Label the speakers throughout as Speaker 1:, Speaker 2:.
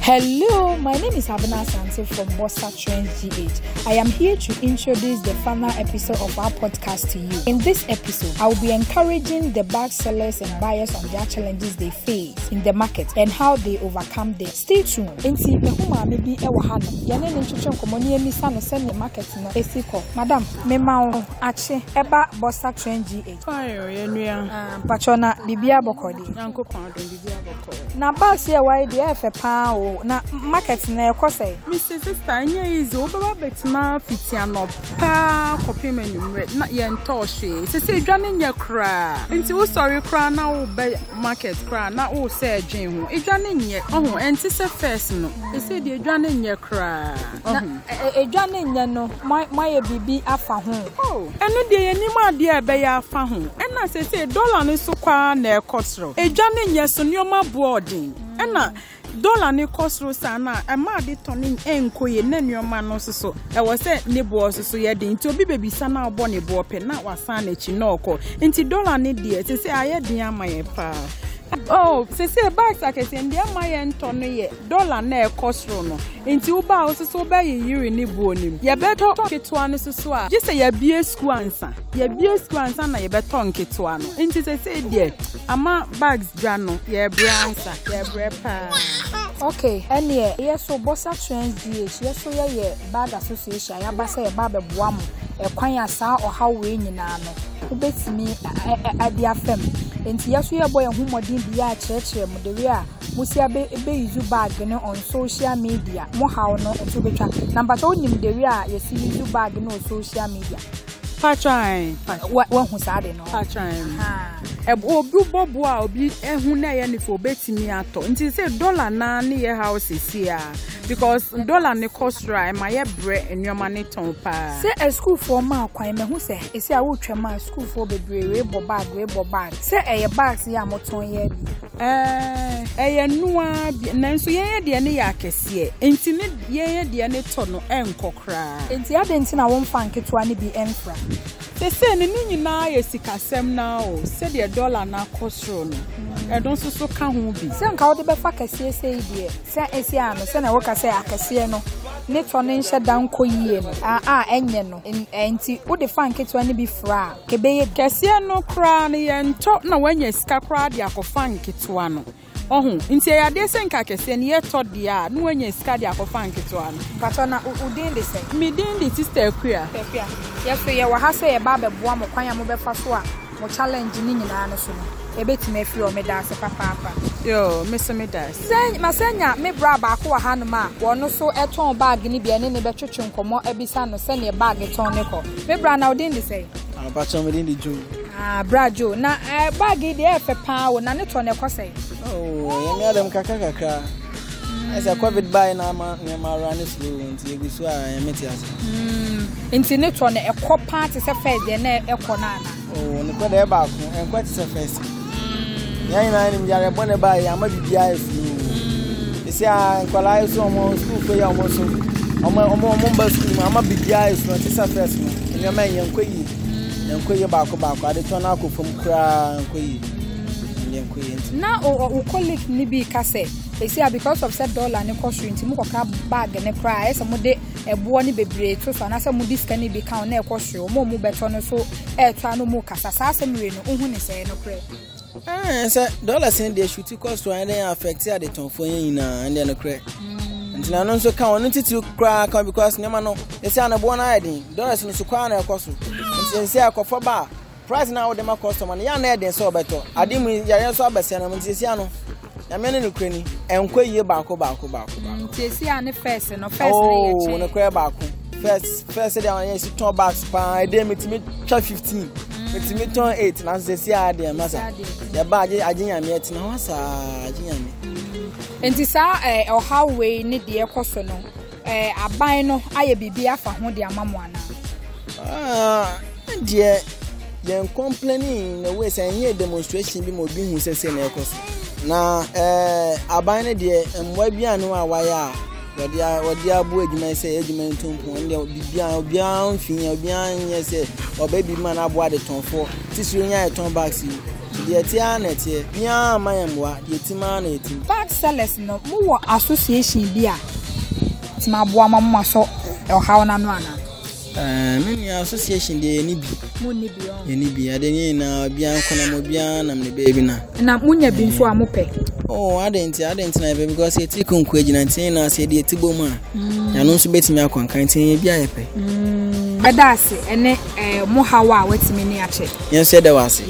Speaker 1: Hello, my name is Abena Sante from Bossa Trends GH. I am here to introduce the final episode of our podcast to you. In this episode, I will be encouraging the bag sellers and buyers on their challenges they face in the market and how they overcome them. Stay tuned. Nti, mehu maame bi ɛwɔ ha no. Yɛne ne ntwitwe nkɔmmɔ ne ɛmisa no sɛnea market no ɛsi kɔ. Madam, mema wo akye ɛba Bossa Trends GH.
Speaker 2: Fine, oh, yɛn nua.
Speaker 1: Ah, Mpatwɔ na biribi abɔkɔ deɛ.
Speaker 2: Nyankopɔn adom bibi abɔkɔ.
Speaker 1: Na bags yi a ɛwɔ ha yi deɛ ɛyɛ fɛ paa o. Na market no ɛkɔ sɛn?
Speaker 2: Mr. Sista, ɛnyɛ easy. Wobɛba abɛtena fiti anɔpa kɔpem anwummerɛ na yɛntɔɔ hwee. Sese edwa ne nyɛ koraa. Nti wosɔre koraa na wobɛ market koraa na wosɛ ɛdwen ho. Edwa ne nyɛ. Ɔho ɛnte sɛ first no. Ese de edwa ne nyɛ koraa.
Speaker 1: na ɛ-
Speaker 2: Ɔho.
Speaker 1: ɛ- edwa ne nyɛ no mo ayɛ biribi afa ho
Speaker 2: Oh, ɛno deɛ yɛnim adeɛ a ɛbɛyɛ afa ho ɛna sɛsɛ dɔla no so kwaa na ɛkɔ soro edwa ne nyɛ so nneɛma boɔ ɔden ɛna dɔla no kɔ soro saa no a ɛma ade tɔ no ɛnkɔ yie na nneɛma no nso so ɛwɔ sɛ ne boɔ so so yɛ den nti obi bɛbisa no a ɔbɔ ne boɔ pɛ na wasan n'akyi na ɔkɔ nti dɔla no deɛ sɛsɛ ayɛ den ama yɛ paa oh sese bags akɛseɛ ndeɛ ɛma yɛ ntɔ no yɛ dɔla na ɛkɔ soro no nti woba a wososo wobɛyɛ yiri ne buo no mu yɛbɛtɔ nketewa no soso a gye sɛ yɛbie skuul ansa yɛbie skuul ansa na yɛbɛtɔ nketewa no nti sese deɛ ama bags dwa no yɛbrɛ ansa yɛbrɛ paa
Speaker 1: ok ɛneɛ yɛ so bosa trans dh yɛ so yɛyɛ bag association a yɛaba sɛ yɛba abɛboa mo ɛkwan a saa ɔhaw wei nyinaa no wobɛtumi a- ɛ- ɛ- ade afam nti yɛ so yɛbɔ yɛn ho mmɔden bia akyerɛkyerɛ mo de wei a mosi abɛyizu bag no on social media mo haw no ɛso bɛtwa na mpakyɛ wonim de wei a yɛsi yizu bag no on social media
Speaker 2: patran
Speaker 1: Wa- woahu saa de no
Speaker 2: patran
Speaker 1: Ah.
Speaker 2: ɛb obi bɔbu a obi ɛhu na ɛyɛ ne fɛ obetumi atɔ nti sɛ dɔla naa ne yɛ ha osisi a because dɔla ne kɔ soro a ɛma yɛ brɛ nneɛma ne tɔn paa.
Speaker 1: sɛ asukuufoɔ maa kwan mɛhu sɛ ɛsi a wotwam a asukuufoɔ bebree weebɔ bag weebɔ bag sɛ ɛyɛ bags yi a motɔn yɛ bi
Speaker 2: Ɛɛ, ɛyɛ E nua bi nanso yɛyɛ deɛ ne yɛ akɛseɛ nti ne yɛyɛ deɛ ne tɔ no ɛnkɔ koraa
Speaker 1: enti adɛn nti na wɔmfa nketewa no bi ɛmfra
Speaker 2: sɛsɛ ne ne nyinaa yɛ sikasɛm naa o sɛdeɛ dɔla no akɔ soro no ɛno nso so ka ho bi
Speaker 1: sɛ nka wode bɛfa kɛseɛ sɛ yi deɛ sɛ ɛsi a no sɛna woka sɛ akɛseɛ no ne tɔ ne nhyɛ da nkɔ yie no a a ɛnyɛ no En- ɛ, nti wode fa nketewa no bi fra a kɛbɛyɛ bi
Speaker 2: kɛseɛ no koraa no yɛntɔ na woanya sika koraa de akɔfa nketewa no ɔho nti ɛyɛ adeɛ sɛ nka kɛseɛ no yɛtɔ deɛ a na woanya sika de akɔfa nketewa no
Speaker 1: mpatɔ na wo- wo din de sɛ
Speaker 2: medin de sister akua
Speaker 1: pɛpia yɛso yɛwɔ ha sɛ yɛba abɛboa mo kwan a mobɛfa so a mo challenge ne nyinaa no so no ɛbɛtumi afiri ɔ meda ase papaapa
Speaker 2: yo meso medas
Speaker 1: Sɛ- ma sɛ nya me bra baako wɔ hanom a wɔno so ɛtɔn baage no bi ɛne ne bɛtwetwe nkɔmmɔ abisa no sɛneɛ baage tɔn ne kɔ me bra na woden de sɛ
Speaker 3: abacha mede ne dwom
Speaker 1: Ah, bra jo na eh, baage yi deɛ ɛfɛ paa wo na ne tɔ ne kɔ sɛ
Speaker 3: yɛme adam kakra kakra ɛsɛ covid bae na ama nneɛma ara ne slow nti ɛgu so a ɛme te ase
Speaker 1: nti ne tɔ ne ɛkɔ paa te sɛ fɛ deɛ na ɛkɔ no ana
Speaker 3: Oo, nokwa da ɛbaako ɛnkwa te sɛ fɛs yɛn nyinaa nim yare bɔne bae yɛama biribiaa afiri ɛsi a nkwalaa so ɔmɔ sukuufo yi a ɔmɔ so ɔmɔ ɔmɔ- ɔmɔ mba sukuu mu ama biribiaa afiri ɔte sɛ fɛs no nneɛma yi, yɛnkɔ yie yɛnkɔ yie baako baako ade tɔn no akɔ fam koraa nkɔ yie yɛnkɔ yie nti
Speaker 1: na o- o- wo colleague ne bi ka sɛ ɛsi a because of sɛ dollar ne kɔ soro nti mokɔka baage ne koraa ɛyɛ sɛ mode ɛboɔ ne bebree to so anaasɛ mode sika ne bi ka wo na ɛkɔ soro ma mu bɛtɔ no so ɛɛtɔ a no mu kasa saa asɛm wei no wohu ne sɛɛ no korɛ
Speaker 3: Ɛn, Eh, sɛ dɔla sen deɛ suti kɔso ɛne yɛ afɛkte adetɔnfoɔ yɛn nyinaa ɛne no korɛ nti na no nso ka ɔno titiri koraa ka because nneɛma no ɛsɛ anaboɔ no ayɛ den dɔla sen so koraa na ɛkɔ so nti ɛsɛ akɔfɔ ba a price no a wode ma customer no yɛa na ɛden sɛ ɔbɛtɔ ade mu yɛyɛ nso abɛsɛ no nti ɛsia no nyame ne nokorɛ ni ɛnkɔ yie baako baako baako
Speaker 1: nti ɛsi a ne fɛs no fɛs no
Speaker 3: Oh,
Speaker 1: yɛ
Speaker 3: ne
Speaker 1: kyɛn
Speaker 3: kora baako first first sɛ deɛ wɔn yɛ si tɔn bags paa ɛdɛ mi tumi twa fifteen mi tumi tɔn eight nanso sɛ si adeɛ ma sa
Speaker 1: Sɛ adeɛ.
Speaker 3: yaba agye agye nyame ɛtena hɔ saa agye nyame
Speaker 1: nti saa ɛɛ, ɔhaw wei ne deɛ ɛkɔ so no ɛɛ, aban no ayɛ biribi afa ho de ama mo anaa
Speaker 3: Ah, deɛ yɛn complaining na wei sɛ nyɛ demonstration bi ma obi hu sɛ sɛ na ɛkɔ so na ɛɛ aban no deɛ mmoa bi ano a wayɛ a wɔde a- wɔde abo adwuma yi sɛ adwuma yi ntompo ɔno deɛ biribiara obiara mfin obiara nyɛ sɛ ɔbɛ bi ma no aboa de tɔnfoɔ tisiri nyɛ ayɛ tɔn bags yi. deɛ ɛte ara na ɛteɛ nneɛma ama yɛn mmoa deɛ ɛtim ara na ɛtim
Speaker 1: bag sellers no mowɔ association bi a tim aboa ma moma sɔ ɔhaw no ano anaa
Speaker 3: ɛɛ Eh, me nua association deɛ yɛni bi
Speaker 1: monni bi ɔ
Speaker 3: yɛni bi adeɛ ne nyinaa obiara nkɔnam obiara nam ne baabi na
Speaker 1: na monya bi nso a mopɛ
Speaker 3: oh adɛnti adɛnti na yɛpɛ because yɛti konko agyina ntin na sɛ yɛde yɛti bɔ mu a yɛno nso bɛtumi akɔ nkan ntin yɛ bi a yɛpɛ
Speaker 1: bɛda ase ɛne eh, mo haw a watumi ne akyɛ
Speaker 3: yɛn nso yɛda wɔ ase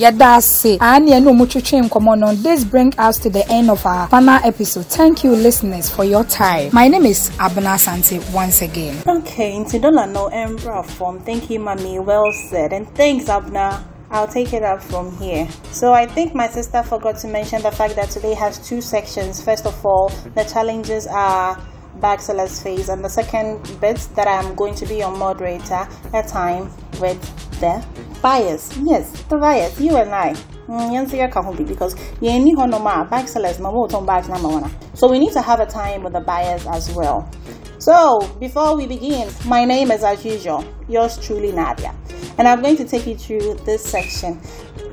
Speaker 1: yɛda ase aaneɛ ne ɔmotwetwe nkɔmmɔ no this bring us to the end of our final episode thank you listeners for your time my name is abena asante once again
Speaker 4: Okay, into Donna No Embra form. Thank you, Mommy. Well said. And thanks, Abna. I'll take it up from here. So I think my sister forgot to mention the fact that today has two sections. First of all, the challenges are back sellers phase, and the second bit that I'm going to be your moderator a time with the buyers. Yes, the buyers, you and I. Mm, yɛn nso yɛka ho bi because yɛnni hɔnom a bag sellers na wɔretɔn bags na ama wɔn a. so we need to have a time with the buyers as well so, before we begin, my name is as usual, yours truly, Nadia, and I'm going to take you through this section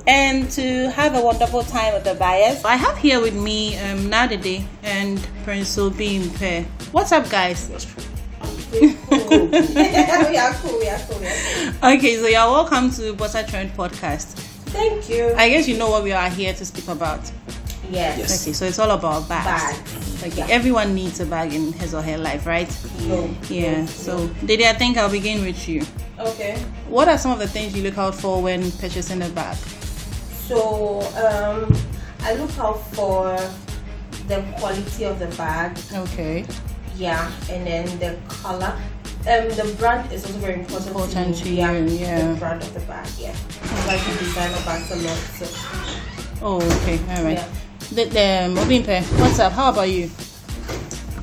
Speaker 4: and to have a wonderful time with the buyers. I have here with me um, Nadide and Prince Obim Pair. What's up, guys? Okay, so you're welcome to Butter Trend Podcast.
Speaker 5: Thank you.
Speaker 4: I guess you know what we are here to speak about.
Speaker 5: Yes.
Speaker 4: Okay, so it's all about bags. Okay, everyone needs a bag in his or her life, right?
Speaker 5: No.
Speaker 4: Yeah. So, Didi, I think I'll begin with you.
Speaker 5: Okay.
Speaker 4: What are some of the things you look out for when purchasing a bag?
Speaker 5: So um, I look out for the quality of the bag.
Speaker 4: Okay.
Speaker 5: Yeah, and then the color. Um, the brand is also very important.
Speaker 4: Important
Speaker 5: to
Speaker 4: to
Speaker 5: me.
Speaker 4: you, yeah.
Speaker 5: The brand of the bag. Yeah. I like the design of bags a lot. So
Speaker 4: Oh, okay. All right.
Speaker 5: Yeah.
Speaker 4: The, the, Obimpe, what's up? How about you?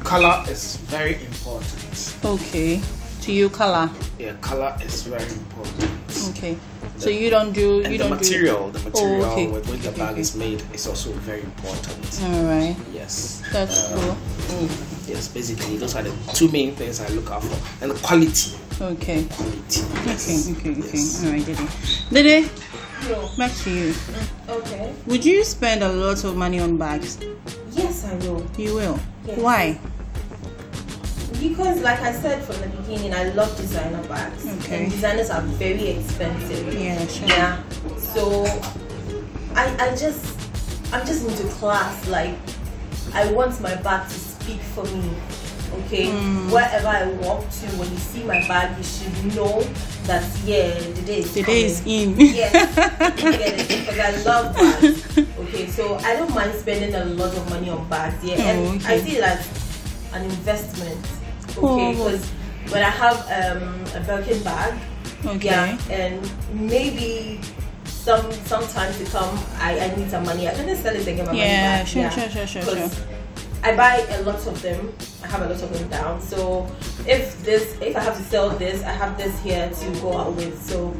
Speaker 6: color is very important.
Speaker 4: Okay. To you, color.
Speaker 6: Yeah, color is very important.
Speaker 4: Okay. So you don't do you
Speaker 6: And the
Speaker 4: Mm. don't
Speaker 6: material, the material
Speaker 4: okay.
Speaker 6: with which the
Speaker 4: Okay,
Speaker 6: bag
Speaker 4: okay.
Speaker 6: is made is also very important.
Speaker 4: do. All right.
Speaker 6: Yes.
Speaker 4: That's
Speaker 6: Um, Yes, basically those are the two main things I look out for, and the quality.
Speaker 4: cool. Okay.
Speaker 6: Quality.
Speaker 4: Okay.
Speaker 6: Yes.
Speaker 4: Okay. Okay.
Speaker 6: Yes.
Speaker 4: All right, Didi. Didi,
Speaker 5: no.
Speaker 4: back to you.
Speaker 5: Okay.
Speaker 4: Would you spend a lot of money on bags?
Speaker 5: Yes, I will.
Speaker 4: You will.
Speaker 5: Yes.
Speaker 4: Why?
Speaker 5: Because, like I said from the beginning, I love designer bags.
Speaker 4: Okay.
Speaker 5: And designers are very expensive.
Speaker 4: Yeah, sure.
Speaker 5: Yeah. So, I, I just, I'm just into class. Like, I want my bag to speak for me. Okay.
Speaker 4: Mm.
Speaker 5: Wherever I walk to, when you see my bag, you should know that yeah, the day is
Speaker 4: The day is
Speaker 5: coming.
Speaker 4: in.
Speaker 5: Yes, you get it, because I love bags. Okay, so I don't mind spending a lot of money on bags. Yeah,
Speaker 4: Oh,
Speaker 5: and
Speaker 4: okay.
Speaker 5: I see it as an investment.
Speaker 4: Oh.
Speaker 5: Okay, because when I have um, a Birkin bag,
Speaker 4: Okay.
Speaker 5: yeah, and maybe some sometimes to come, I, I need some money. I couldn't sell it and get my
Speaker 4: Yeah,
Speaker 5: money back.
Speaker 4: sure, sure, sure, sure,
Speaker 5: 'Cause
Speaker 4: sure.
Speaker 5: I buy a lot of them. I have a lot of them down. So if this, if I have to sell this, I have this here to go out with. So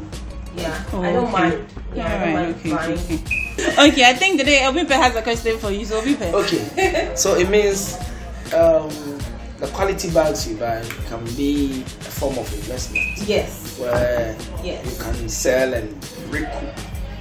Speaker 5: yeah, I don't
Speaker 4: Oh, Okay.
Speaker 5: mind. Yeah, I don't
Speaker 4: All right.
Speaker 5: mind
Speaker 4: Okay.
Speaker 5: buying.
Speaker 4: Okay. Okay. I think today Obimpe has a question for you. So Obimpe.
Speaker 6: Okay. so it means um, the quality bags you buy can be a form of investment.
Speaker 5: Yes.
Speaker 6: where
Speaker 5: Yes.
Speaker 6: you can sell and recoup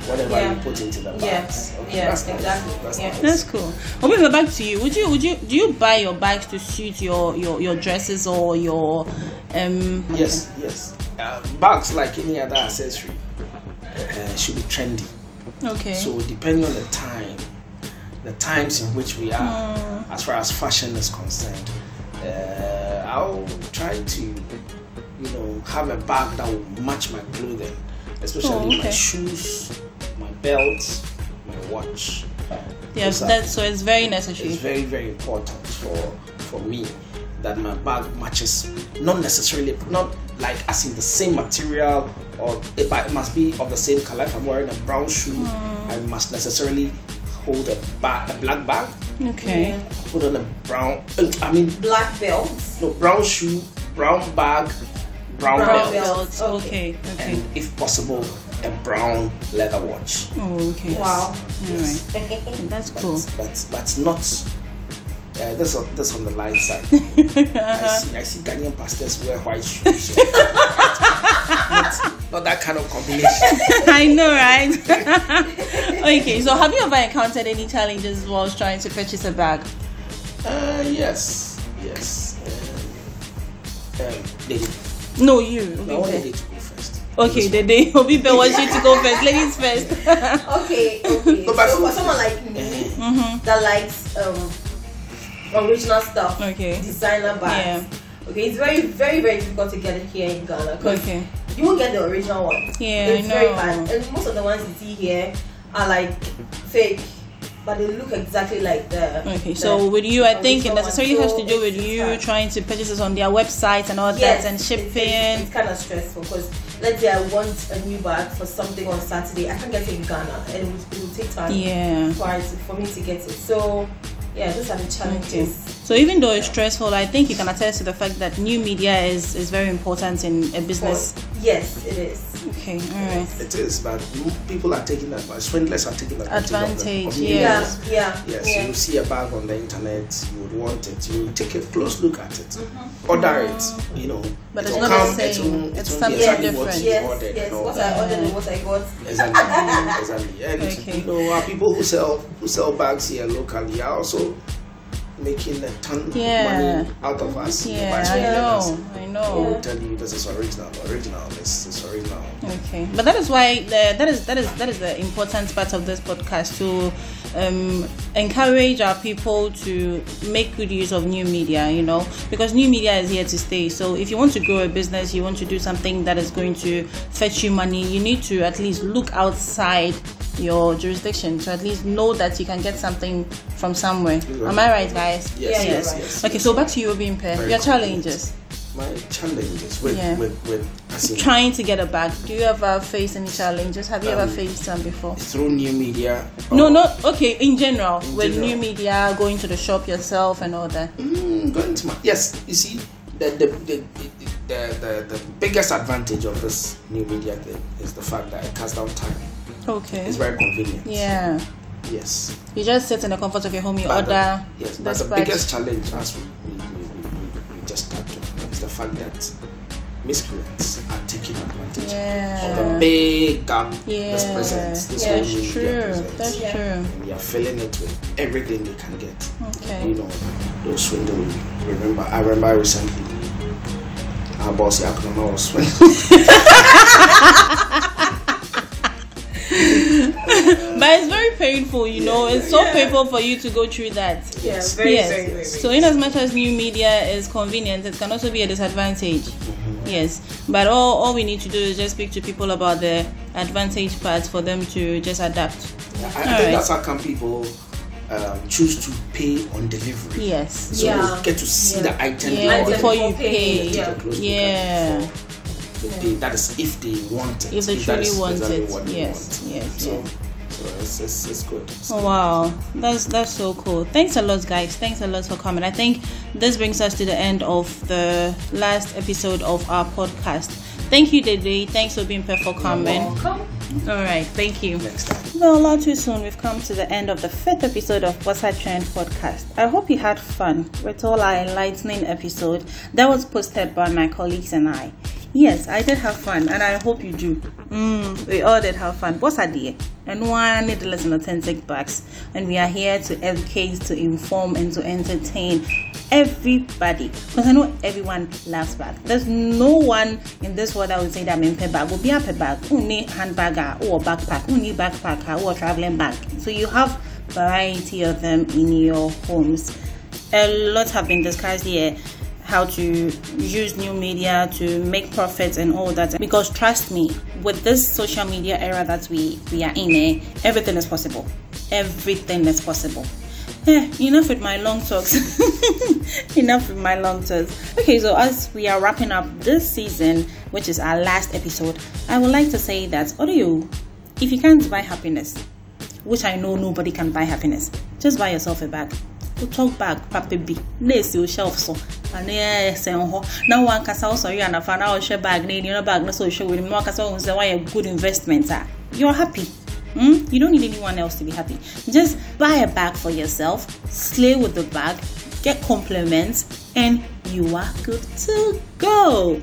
Speaker 6: whatever
Speaker 5: Yeah.
Speaker 6: you put into the bags.
Speaker 5: Yeah. Yeah,
Speaker 6: that's nice.
Speaker 5: exactly.
Speaker 6: That's
Speaker 5: Yeah.
Speaker 6: nice.
Speaker 4: That's cool. Obimpe, back to you. Would you would you do you buy your bags to suit your your, your dresses or your um?
Speaker 6: Yes, yes. Uh, bags, like any other accessory, uh, should be trendy.
Speaker 4: Okay.
Speaker 6: So depending on the time, the times in which we are,
Speaker 4: Mm.
Speaker 6: as far as fashion is concerned, uh, I'll try to, you know, have a bag that will match my clothing, especially
Speaker 4: Oh, okay.
Speaker 6: my shoes, my belt, my watch.
Speaker 4: yeah.
Speaker 6: Those are-
Speaker 4: That's so it's very necessary.
Speaker 6: It's very very important for for me that my bag matches not necessarily not like as in the same material or it, but it must be of the same color. If I'm wearing a brown shoe, I must necessarily hold a bag a black bag,
Speaker 4: okay.
Speaker 6: put on a brown uh, I mean
Speaker 5: Black belts.
Speaker 6: no brown shoe, brown bag, brown,
Speaker 5: Brown
Speaker 6: belt,
Speaker 5: belt.
Speaker 4: Belts.
Speaker 5: Okay.
Speaker 4: Okay. Okay.
Speaker 6: and if possible a brown leather watch.
Speaker 4: Oh, okay.
Speaker 5: Wow.
Speaker 4: All right. That's cool.
Speaker 6: but but not. Uh, that's on that's on the light side. I see I see Ghanaian pastors wear white shoes. so- but, not that kind of combination.
Speaker 4: I know, right? okay, so have you ever encountered any challenges whilst trying to purchase a bag?
Speaker 6: uh, yes, yes. Um, um, they did.
Speaker 4: No, you.
Speaker 6: I wanted they to go first.
Speaker 4: Okay, the day Obi Bear wants you to go first. Ladies first.
Speaker 5: Okay, okay.
Speaker 6: Go back
Speaker 5: so
Speaker 6: to-
Speaker 5: for someone like me
Speaker 4: Mm-hmm.
Speaker 5: that likes um original stuff,
Speaker 4: Okay.
Speaker 5: designer bags. Okay, it's very, very, very difficult to get it here in Ghana. 'cause
Speaker 4: Okay.
Speaker 5: You won't get the original one.
Speaker 4: Yeah,
Speaker 5: it's
Speaker 4: I
Speaker 5: very
Speaker 4: know.
Speaker 5: hard. And most of the ones you see here are like fake, but they look exactly like the.
Speaker 4: Okay,
Speaker 5: the
Speaker 4: so with you, I think it
Speaker 5: original one.
Speaker 4: necessarily has to
Speaker 5: So
Speaker 4: do with
Speaker 5: it's
Speaker 4: you
Speaker 5: hard.
Speaker 4: trying to purchase this on their website and all that and
Speaker 5: it's-
Speaker 4: shipping.
Speaker 5: It's, it's kind of stressful because let's say I want a new bag for something on Saturday, I can get it in Ghana, and it will, it will take time
Speaker 4: Yeah.
Speaker 5: for it, for me to get it. So yeah, those are the
Speaker 4: Okay.
Speaker 5: challenges.
Speaker 4: So even though it's stressful, I think you can attest to the fact that new media is, is very important in a business.
Speaker 5: But yes, it is.
Speaker 4: Okay, all right.
Speaker 6: It is, but people are taking advantage. Swindlers are taking advantage.
Speaker 4: Advantage,
Speaker 6: of the, of
Speaker 4: yeah.
Speaker 6: millions.
Speaker 5: Yeah, yeah,
Speaker 6: Yes,
Speaker 5: yeah.
Speaker 6: you see a bag on the internet, you would want it, you would take a close look at it,
Speaker 5: Mm-hmm.
Speaker 6: order it, you know.
Speaker 4: But
Speaker 6: it
Speaker 4: it's not
Speaker 6: will
Speaker 4: the
Speaker 6: come, it
Speaker 4: same.
Speaker 6: will- It
Speaker 4: It's
Speaker 6: will be
Speaker 4: something
Speaker 6: exactly what
Speaker 4: different.
Speaker 6: you
Speaker 5: Yes,
Speaker 6: ordered.
Speaker 5: yes.
Speaker 6: and all
Speaker 5: What
Speaker 6: that.
Speaker 5: I ordered and what I got.
Speaker 6: Exactly, exactly. And
Speaker 4: Okay.
Speaker 6: you know, our people who sell who sell bags here locally are also making a ton
Speaker 4: Yeah.
Speaker 6: of money out of us. you know, by
Speaker 4: Yeah, I
Speaker 6: swindling us.
Speaker 4: know, I
Speaker 6: They will
Speaker 4: know.
Speaker 6: tell you this is original, original, this is original.
Speaker 4: Okay, but that is why the, that is that is that is the important part of this podcast to um, encourage our people to make good use of new media. You know, because new media is here to stay. So if you want to grow a business, you want to do something that is going to fetch you money, you need to at least look outside your jurisdiction to at least know that you can get something from somewhere. Am I right, guys?
Speaker 6: Yes,
Speaker 4: Yeah,
Speaker 6: yes, yes,
Speaker 4: Okay,
Speaker 6: yes.
Speaker 4: so back to you, Obimpe.
Speaker 6: Very
Speaker 4: Your
Speaker 6: good.
Speaker 4: challenges.
Speaker 6: My challenges with
Speaker 4: Yeah.
Speaker 6: with with as in,
Speaker 4: trying to get a bag. Do you ever face any challenges? Have you ever
Speaker 6: Um,
Speaker 4: faced some before?
Speaker 6: through new media.
Speaker 4: no,
Speaker 6: or-
Speaker 4: no. Okay, in general,
Speaker 6: In
Speaker 4: with
Speaker 6: general.
Speaker 4: new media, going to the shop yourself and all that.
Speaker 6: Mm, going to my yes, you see the the the, the, the, the, the biggest advantage of this new media thing is the fact that it cuts down time.
Speaker 4: Okay.
Speaker 6: It's very convenient.
Speaker 4: Yeah,
Speaker 6: Yes.
Speaker 4: you just sit in the comfort of your home. You
Speaker 6: But
Speaker 4: order.
Speaker 6: The, yes, but the
Speaker 4: dispatch.
Speaker 6: biggest challenge as we, we, we, we, we just talked about is the fact that miscreants are taking advantage of
Speaker 4: Yeah.
Speaker 6: the big um, this
Speaker 4: Yeah.
Speaker 6: presence, this
Speaker 4: Yeah,
Speaker 6: whole media
Speaker 4: that's true.
Speaker 6: presence.
Speaker 4: That's true.
Speaker 6: and they are filling it with everything they can get.
Speaker 4: Okay.
Speaker 6: You know, those swindling. Remember, I remember recently, our boss Yakunama was swindling.
Speaker 4: But it's very painful, you know. It's so painful for you to go through that.
Speaker 5: Yeah, very,
Speaker 4: yes.
Speaker 5: very, very,
Speaker 4: So, in as much as new media is convenient, it can also be a disadvantage.
Speaker 5: Mm-hmm.
Speaker 4: Yes, but all, all we need to do is just speak to people about the advantage parts for them to just adapt.
Speaker 6: I think
Speaker 4: Alright.
Speaker 6: that's how come people um, choose to pay on delivery.
Speaker 4: Yes.
Speaker 6: So
Speaker 5: Yeah.
Speaker 6: you get to see
Speaker 5: Yeah.
Speaker 6: the item you
Speaker 4: Yeah,
Speaker 5: And
Speaker 6: ordered.
Speaker 4: before
Speaker 5: then
Speaker 4: you
Speaker 5: for
Speaker 4: pay.
Speaker 5: paying,
Speaker 6: Take a
Speaker 5: yeah.
Speaker 6: close look at
Speaker 4: Yeah.
Speaker 6: it before- if they- that is if they want it.
Speaker 4: If they
Speaker 6: that
Speaker 4: truly
Speaker 6: is
Speaker 4: want
Speaker 6: exactly
Speaker 4: it.
Speaker 6: what they
Speaker 4: Yes,
Speaker 6: want.
Speaker 4: yes,
Speaker 6: So,
Speaker 4: yes.
Speaker 6: so it's, it's, it's good.
Speaker 4: Oh, wow, that's that's so cool. Thanks a lot, guys. Thanks a lot for coming. I think this brings us to the end of the last episode of our podcast. Thank you, Dede. Thanks for being here for coming.
Speaker 5: Welcome.
Speaker 4: All right, thank you.
Speaker 6: Next time.
Speaker 4: No, not too soon. We've come to the end of the fifth episode of Bossa Trend Podcast. I hope you had fun with all our enlightening episode that was posted by my colleagues and I. Yes, I did have fun, and I hope you do. Mm, we all did have fun. Bossa dear, and one need to listen authentic backs, and we are here to educate, to inform, and to entertain everybody because I know everyone loves bag. There's no one in this world that would say that I'm in bag. Will be a bag, only handbag or backpack, only backpack or traveling bag. So you have variety of them in your homes. A lot have been discussed here how to use new media to make profits and all that because trust me with this social media era that we we are in eh, everything is possible everything is possible Eh, enough with my long talks. enough with my long talks. Okay, so as we are wrapping up this season, which is our last episode, I would like to say that audio, if you can't buy happiness, which I know nobody can buy happiness, just buy yourself a bag. To talk bag, papa bi. Na esi o shelf so. eh, Ana ya ɛsɛn hɔ. Na wa nkasa wo sɔre anafa na ɔhwɛ bag na eni na bag na so ohwɛ wɔ mu na wakasa ohun sɛ wayɛ good investment a. You're happy. Mm? You don't need anyone else to be happy. Just buy a bag for yourself, slay with the bag, get compliments, and you are good to go.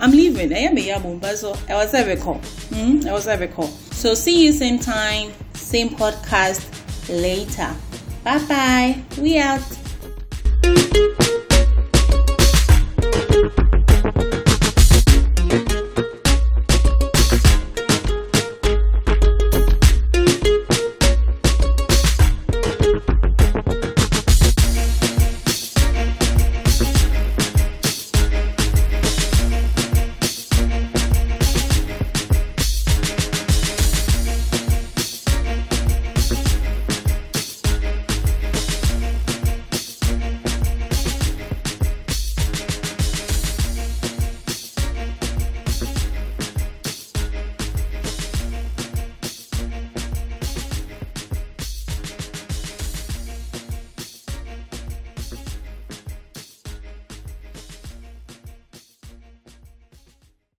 Speaker 4: I'm leaving. I am a Yabumbazo. I was ever call. Mm, I was ever call. So see you same time, same podcast later. Bye bye. We out.